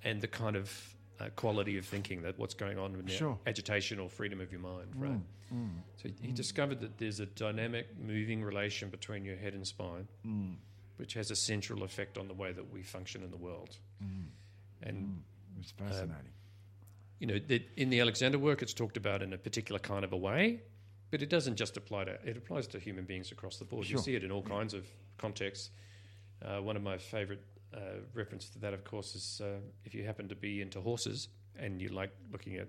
and the kind of uh, quality of thinking that what's going on with your Sure. Mm. agitation or freedom of your mind, right? Mm, So he discovered that there's a dynamic moving relation between your head and spine, mm, which has a central effect on the way that we function in the world. mm. And It's Um, fascinating. you know, that in the Alexander work, it's talked about in a particular kind of a way, but it doesn't just apply to it applies to human beings across the board. Sure. You see it in all kinds of contexts. Uh, one of my favourite uh, reference to that, of course, is uh, if you happen to be into horses and you like looking at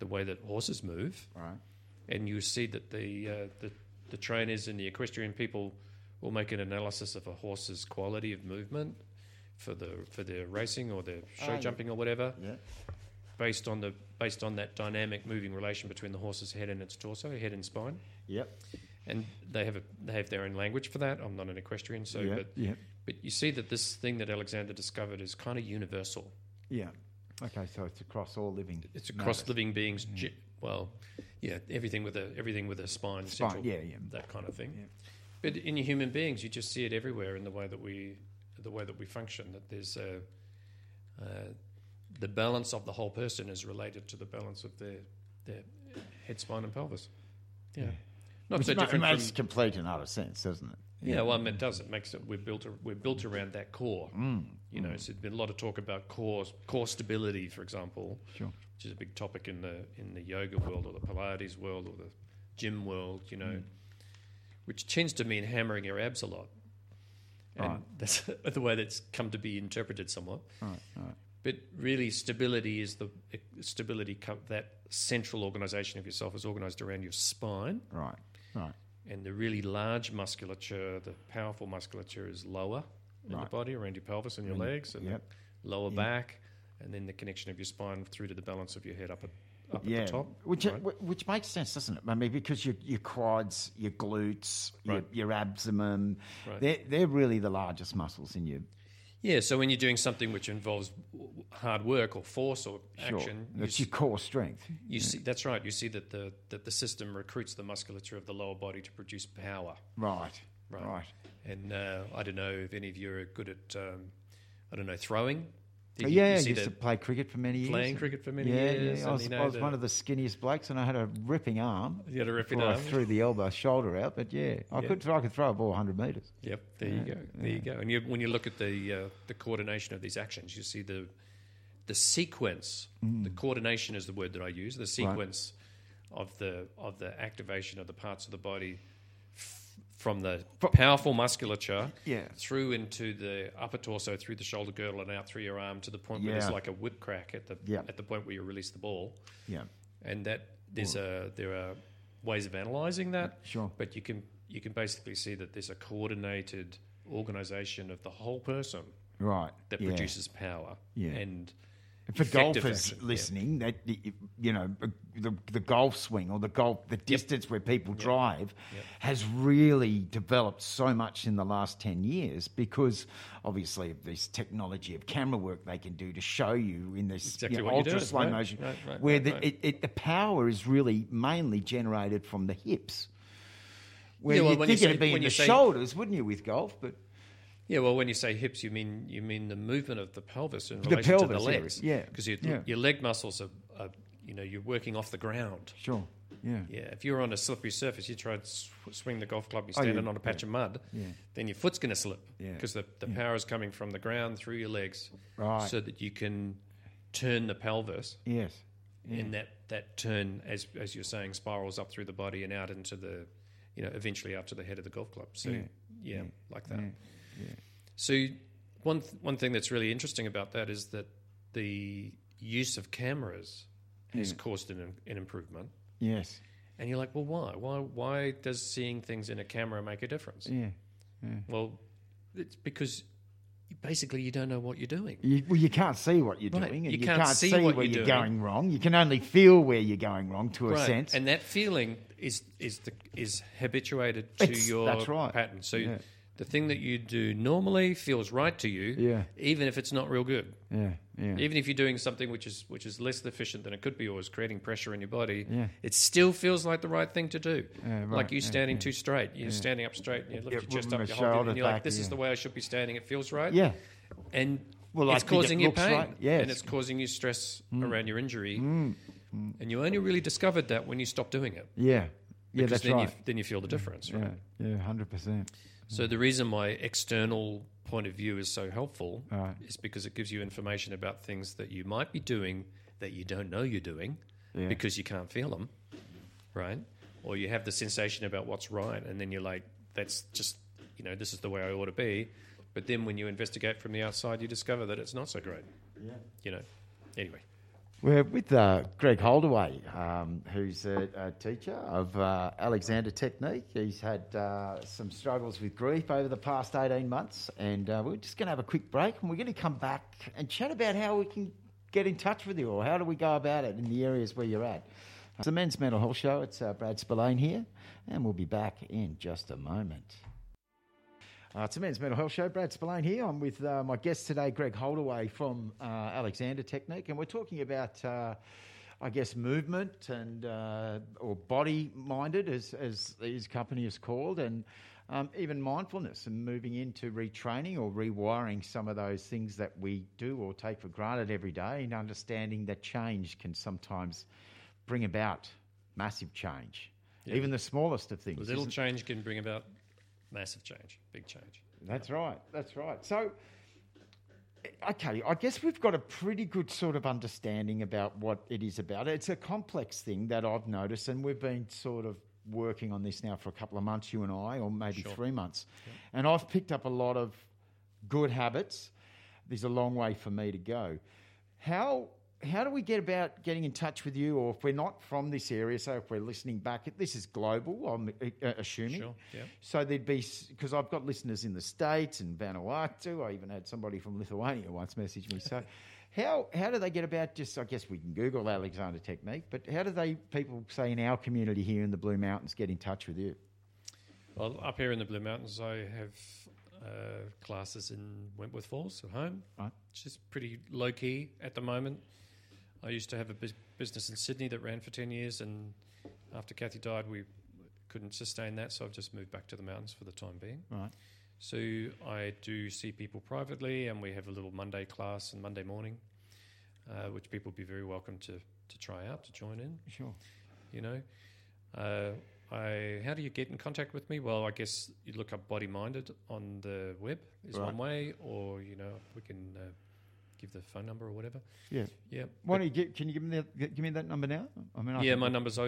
the way that horses move, right. and you see that the uh, the, the trainers and the equestrian people will make an analysis of a horse's quality of movement for the for their racing or their Ah, show yeah. jumping or whatever Yeah. based on the based on that dynamic moving relation between the horse's head and its torso, head and spine. Yep. And they have a, they have their own language for that. I'm not an equestrian, so yeah. but yeah. but you see that this thing that Alexander discovered is kind of universal. Yeah. Okay. So it's Mm. across all living. It's across matters. living beings. ge- Well, yeah, everything with a everything with a spine, Spine. central, Yeah. Yeah. that kind of thing. Yeah. But in human beings, you just see it everywhere in the way that we the way that we function. That there's a uh, the balance of the whole person is related to the balance of their their head, spine, and pelvis. Yeah, not Which so ma- different from makes complete and utter sense, doesn't it? yeah, well, I mean, it does. It makes it. We're built. ar- We're built around that core. You know, so there's been a lot of talk about core core stability, for example, Sure. which is a big topic in the in the yoga world or the Pilates world or the gym world. You know, which tends to mean hammering your abs a lot, and that's the way that's come to be interpreted somewhat. Right. Right. But really, stability is the stability. co- That central organisation of yourself is organised around your spine Right. Right. and the really large musculature, the powerful musculature, is lower in the Right. body around your pelvis and your legs and Yep. the lower back, and then the connection of your spine through to the balance of your head up at, up Yeah, at the top. which right? wh- which makes sense, doesn't it? I mean, because your your quads, your glutes, Right. your, your abdomen, Right. they're they're really the largest muscles in you. yeah. So when you're doing something which involves w- w- hard work or force or action, you, It's s- your core strength. you see that's right. You see that the that the system recruits the musculature of the lower body to produce power. Right. Right. Right. And uh, I don't know if any of you are good at, um, I don't know, throwing. Oh, Did you- you yeah, I see used to that play cricket for many years. playing cricket for many yeah, years. yeah. I and, was, you I know, was the- one of the skinniest blokes, and I had a ripping arm. you had a ripping before I arm. threw the elbow shoulder out, but yeah, I Yeah. could throw, I could throw a ball 100 metres. Yep, there you go. There you go. And you, when you look at the uh, the coordination of these actions, you see the the sequence. The Mm. coordination is the word that I use. The sequence of the of the activation of the parts of the body f- from the powerful musculature Yeah. through into the upper torso, through the shoulder girdle, and out through your arm to the point where there's Yeah. like a whip crack at the Yeah. at the point where you release the ball. Yeah, And that there's a there are ways of analysing that sure. but you can you can basically see that there's a coordinated organization of the whole person Right. that yeah. produces power Yeah. and For effective golfers action, yeah. listening, that you know uh, the, the golf swing or the golf the distance where people drive has really developed so much in the last ten years because obviously of this technology of camera work they can do to show you in this Exactly you know, what you're ultra doing, slow right, motion right, right, where right, the, right. It, it, the power is really mainly generated from the hips. Where Yeah, well, you'd when you think it'd say- be in when the you say- shoulders, wouldn't you, with golf? But yeah well when you say hips you mean you mean the movement of the pelvis in The relation to the pelvis area, legs yeah, because your, yeah. your leg muscles are, are you know you're working off the ground sure, yeah, yeah if you're on a slippery surface you try to sw- swing the golf club you're Oh, yeah, standing on a patch of mud Yeah. then your foot's going to slip Yeah. because the, the power is coming from the ground through your legs Right. so that you can turn the pelvis yes, and that that turn as as you're saying spirals up through the body and out into the you know eventually up to the head of the golf club so yeah, like that so one th- one thing that's really interesting about that is that the use of cameras has caused an, an improvement yes, and you're like well why why why does seeing things in a camera make a difference yeah. well it's because basically you don't know what you're doing You, well, you can't see what you're Right. doing, and You you, can't can't, see see, what where you're you're, doing. going wrong. You can only feel where you're going wrong to a sense. And that feeling is is the, is habituated to It's- your that's right. pattern. So Yeah. the thing that you do normally feels right to you, Yeah. even if it's not real good. yeah, yeah, Even if you're doing something which is which is less efficient than it could be or is creating pressure in your body, Yeah. it still feels like the right thing to do. Yeah, right, Like you yeah, standing too straight. You're standing up straight, you lift Yeah, your chest moving up, the you hold it, shoulder and you're like, back, this is yeah. the way I should be standing, it feels right. yeah. And Well, I it's think it causing you looks pain. right, yes. Mm. And it's causing you stress around your injury. And you only really discovered that when you stopped doing it. yeah, yeah. Because That's then right. You, then you feel the difference, right? yeah, yeah, hundred percent. So the reason my external point of view is so helpful Right. is because it gives you information about things that you might be doing that you don't know you're doing Yeah. because you can't feel them, right? Or you have the sensation about what's right, and then you're like, "That's just, you know, this is the way I ought to be." But then when you investigate from the outside, you discover that it's not so great. Yeah. You know. Anyway. We're with uh, Greg Holdaway, um, who's a, a teacher of uh, Alexander Technique. He's had uh, some struggles with grief over the past 18 months, and uh, we're just going to have a quick break and we're going to come back and chat about how we can get in touch with you or how do we go about it in the areas where you're at. It's the Men's Mental Health Show. It's uh, Brad Spillane here, and we'll be back in just a moment. Uh, it's a men's mental health show. Brad Spillane here. I'm with uh, my guest today, Greg Holdaway from uh, Alexander Technique, and we're talking about, uh, I guess, movement and uh, or body minded, as as his company is called, and um, even mindfulness and moving into retraining or rewiring some of those things that we do or take for granted every day, and understanding that change can sometimes bring about massive change, even the smallest of things. Little change can bring about massive change, big change. That's right. That's right. So, okay, I guess we've got a pretty good sort of understanding about what it is about. It's a complex thing that I've noticed, and we've been sort of working on this now for a couple of months, you and I, or maybe three months. And I've picked up a lot of good habits. There's a long way for me to go. How how do we get about getting in touch with you, or if we're not from this area, so if we're listening back, this is global, I'm uh, assuming. Sure, yeah. So there'd be because I've got listeners in the states and Vanuatu. I even had somebody from Lithuania once message me. So, how how do they get about? Just I guess we can Google Alexander Technique, but how do they people say in our community here in the Blue Mountains get in touch with you? Well, up here in the Blue Mountains, I have uh, classes in Wentworth Falls at home, Right. which is pretty low key at the moment. I used to have a bus- business in Sydney that ran for 10 years, and after Kathy died, we couldn't sustain that, so I've just moved back to the mountains for the time being. Right. So I do see people privately, and we have a little Monday class and Monday morning, uh, which people would be very welcome to to try out to join in. Sure. You know, uh, I how do you get in contact with me? Well, I guess you look up Body Minded on the web is Right. one way, or you know we can uh, give the phone number or whatever. Yeah. Yeah. Why don't you get, can you give me, the, give me that number now? I mean, I yeah, can- my number's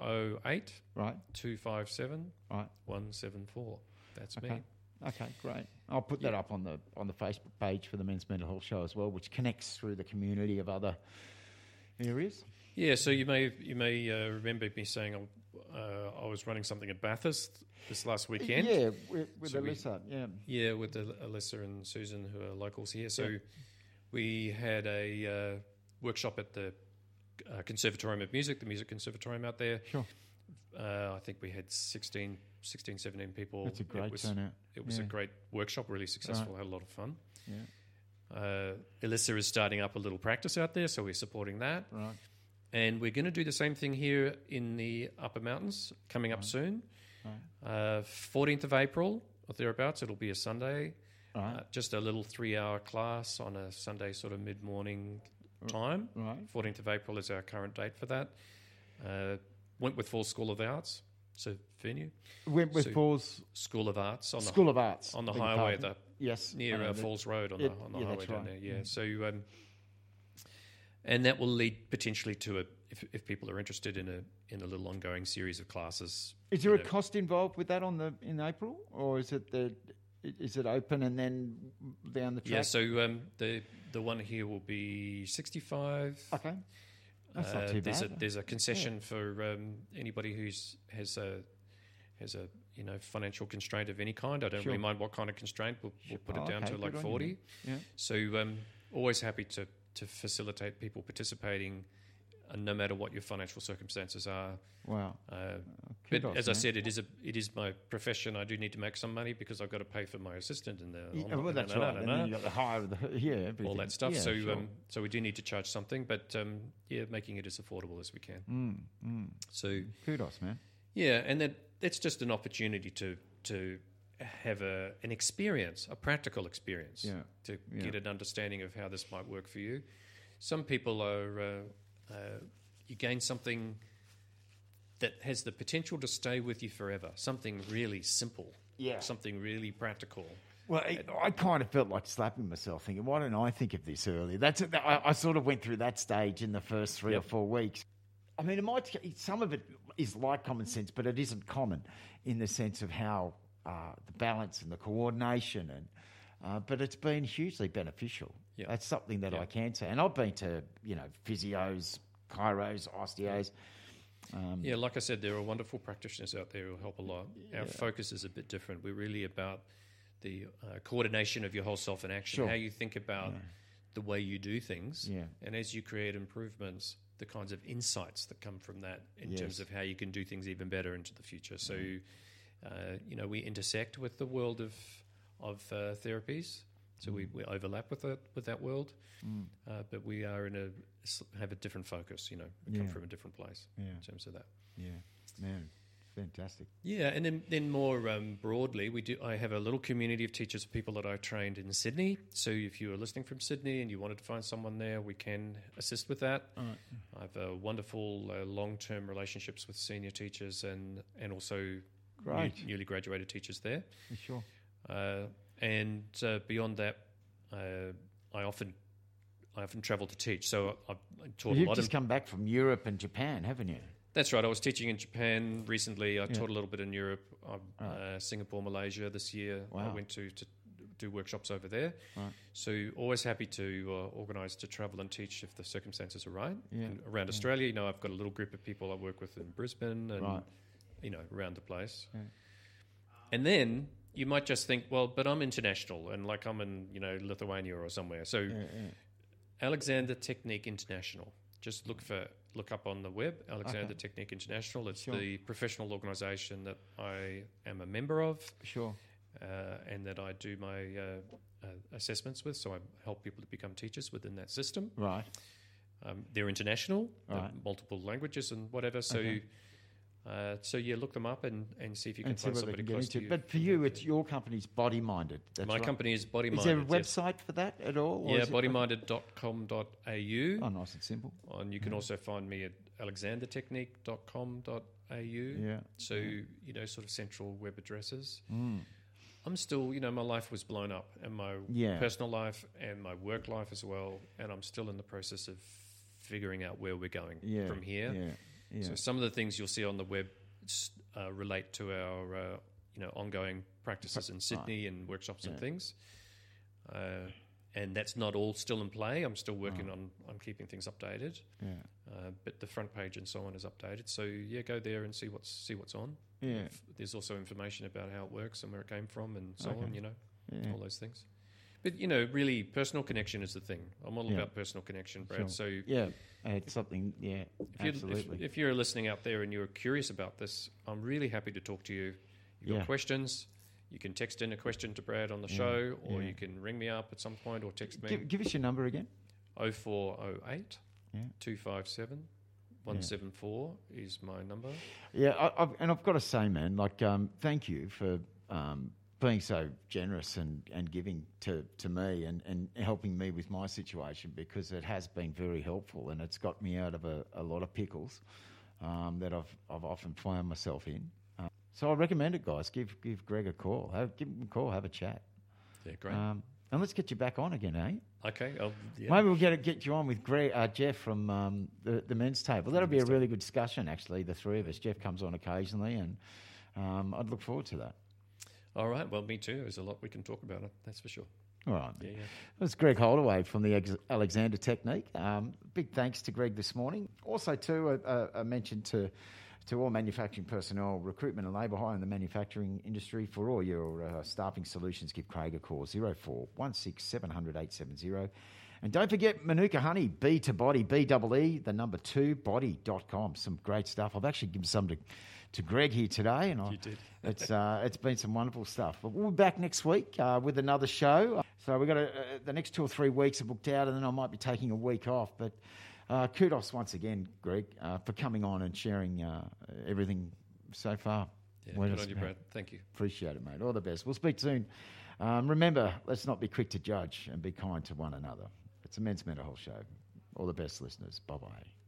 0408 Right. 257 Right. 174. That's Okay. me. Okay, great. I'll put that Yeah. up on the on the Facebook page for the Men's Mental Health Show as well, which connects through the community of other areas. Yeah, so you may you may uh, remember me saying I, uh, I was running something at Bathurst this last weekend. Yeah, with, with So we- Alyssa. Yeah. Yeah, with the Alyssa and Susan, who are locals here. So we had a uh, workshop at the uh, Conservatorium of Music, the Music Conservatorium out there. Sure. Uh, I think we had 16, 16 17 people. It's a great it was, turnout. It was yeah. a great workshop, really successful, had a lot of fun. Yeah. Uh, Alyssa is starting up a little practice out there, so we're supporting that. Right. And we're going to do the same thing here in the Upper Mountains coming up soon. Uh, 14th of April or thereabouts, it'll be a Sunday. Right. Uh, just a little three hour class on a Sunday, sort of mid morning Mm. time. Right. 14th of April is our current date for that. Uh, Wentworth Falls School of Arts, so venue. Wentworth So- Falls School of Arts on the, School of Arts on the beg your highway, pardon. the yes, I near know uh, that. Falls Road on it- the on the yeah, that's highway down right. Mm. there. Yeah. So, um, and that will lead potentially to a if, if people are interested in a in a little ongoing series of classes. Is there a you know. cost involved with that on the in April, or is it the is it open and then down the track? Yeah. So um, the the one here will be sixty five. Okay. That's not too Uh, there's bad. a there's a concession for um, anybody who's has a has a you know financial constraint of any kind. I don't Sure. really mind what kind of constraint. We'll, we'll put Oh, it down okay, to like good on you, forty. yeah. So um, always happy to to facilitate people participating, uh, no matter what your financial circumstances are. Wow. Uh, Kudos, but as I man. said, it is a it is my profession. I do need to make some money because I've got to pay for my assistant and the Yeah, online- well, that's na- na- right. na- And na- then you got the higher, of the yeah, everything. all that stuff. Yeah, so sure. um, so we do need to charge something, but um, yeah, making it as affordable as we can. Mm, mm. So Kudos, man. yeah, and that it's just an opportunity to to have a an experience, a practical experience, Yeah, to yeah. get an understanding of how this might work for you. Some people are uh, uh, you gain something that has the potential to stay with you forever. Something really simple, Yeah. something really practical. Well, I, I kind of felt like slapping myself, thinking, "Why don't I think of this earlier?" That's I, I sort of went through that stage in the first three or Yep. four weeks. I mean, it might some of it is like common sense, but it isn't common in the sense of how uh, the balance and the coordination and. Uh, but it's been hugely beneficial. Yeah. That's something that I Yeah. can say, and I've been to you know physios, chiros, osteos. Yeah, like I said, there are wonderful practitioners out there who help a lot. Our focus is a bit different. We're really about the uh, coordination of your whole self in action, Sure. how you think about the way you do things. Yeah. And as you create improvements, the kinds of insights that come from that in Yes. terms of how you can do things even better into the future. So, uh, you know, we intersect with the world of, of uh, therapies. So we, Mm. we overlap with that with that world, uh, but we are in a s- have a different focus. You know, we come Yeah. from a different place Yeah. in terms of that. Yeah, man, fantastic. Yeah, and then then more um, broadly, we do. I have a little community of teachers, people that I trained in Sydney. So if you are listening from Sydney and you wanted to find someone there, we can assist with that. I have uh, wonderful uh, long-term relationships with senior teachers and and also new- Great. newly graduated teachers there. Sure. Uh, and uh, beyond that, uh, I often I often travel to teach. So I, I taught a You've lot just in come back from Europe and Japan, haven't you? That's right. I was teaching in Japan recently. I taught a little bit in Europe, um, uh, Singapore, Malaysia this year. Wow. I went to, to do workshops over there. Right. So always happy to uh, organise to travel and teach if the circumstances are right. Yeah, And around Australia, you know, I've got a little group of people I work with in Brisbane and Right. you know around the place. Yeah. And then you might just think, well, but I'm international and like I'm in you know Lithuania or somewhere. So Alexander Technique International. Just look for look up on the web Alexander Okay. Technique International. It's Sure. the professional organisation that I am a member of Sure. uh, and that I do my uh, uh, assessments with. So I help people to become teachers within that system. Right. Um, they're international, they're Right. multiple languages and whatever. So Okay. Uh, so yeah, look them up and, and see if you can and see find what they somebody can get close to into. you. But for you, it's your company's body minded. That's my right. company is Body Is Minded. there a yes. website for that at all? or Yeah, is it- bodyminded.com.au. Oh, nice and simple. And you Mm. can also find me at alexandertechnique.com.au. Yeah. So, you know, sort of central web addresses. Mm. I'm still, you know, my life was blown up and my Yeah. personal life and my work life as well. And I'm still in the process of figuring out where we're going Yeah. from here. Yeah. Yeah. So some of the things you'll see on the web s- uh, relate to our, uh, you know, ongoing practices in Sydney and workshops and things. Uh, and that's not all still in play. I'm still working Mm. on, on keeping things updated, yeah. uh, but the front page and so on is updated. So yeah, go there and see what's see what's on. Yeah. F- There's also information about how it works and where it came from and so Okay. on. You know, Yeah. all those things. But you know, really, personal connection is the thing. I'm all Yeah. about personal connection, Brad. Sure. So Yeah. Uh, it's something, yeah. if you're, if, absolutely. if you're listening out there and you're curious about this, I'm really happy to talk to you. You've Yeah. got questions. You can text in a question to Brad on the Yeah, show, or yeah. you can ring me up at some point or text me give, give us your number again. 0408 Yeah. 257 174 is my number. Yeah, I, I've, and I've got to say, man, like, um, thank you for um, being so generous and, and giving to, to me and, and helping me with my situation because it has been very helpful and it's got me out of a, a lot of pickles um, that I've, I've often found myself in. Um, so I recommend it, guys. Give give Greg a call. Have, give him a call. Have a chat. Yeah, great. Um, and let's get you back on again, eh? okay. I'll, yeah. Maybe we'll get get you on with Greg, uh, Jeff from um, the, the men's table. That'll be a really good discussion, actually. The three of us. Jeff comes on occasionally, and um, I'd look forward to that. All right. Well, me too. There's a lot we can talk about. It, that's for sure. All right. Yeah, mate. yeah. That's Greg Holdaway from the Ex- Alexander Technique. Um, big thanks to Greg this morning. Also, too, a, a, a mention to to all manufacturing personnel, recruitment and labour hire in the manufacturing industry for all your uh, staffing solutions. Give Craig a call 0416 700 870. And don't forget Manuka Honey, B to Body, B double E, the number two, body.com. Some great stuff. I've actually given some to, to Greg here today. And I, You did. it's uh, it's been some wonderful stuff. But we'll be back next week uh, with another show. So we have got a, uh, the next two or three weeks are booked out, and then I might be taking a week off. But uh, kudos once again, Greg, uh, for coming on and sharing uh, everything so far. Yeah, with good us, on you, mate. Brad. Thank you. Appreciate it, mate. All the best. We'll speak soon. Um, remember, let's not be quick to judge and be kind to one another. It's a men's mental health show. All the best, listeners. Bye bye.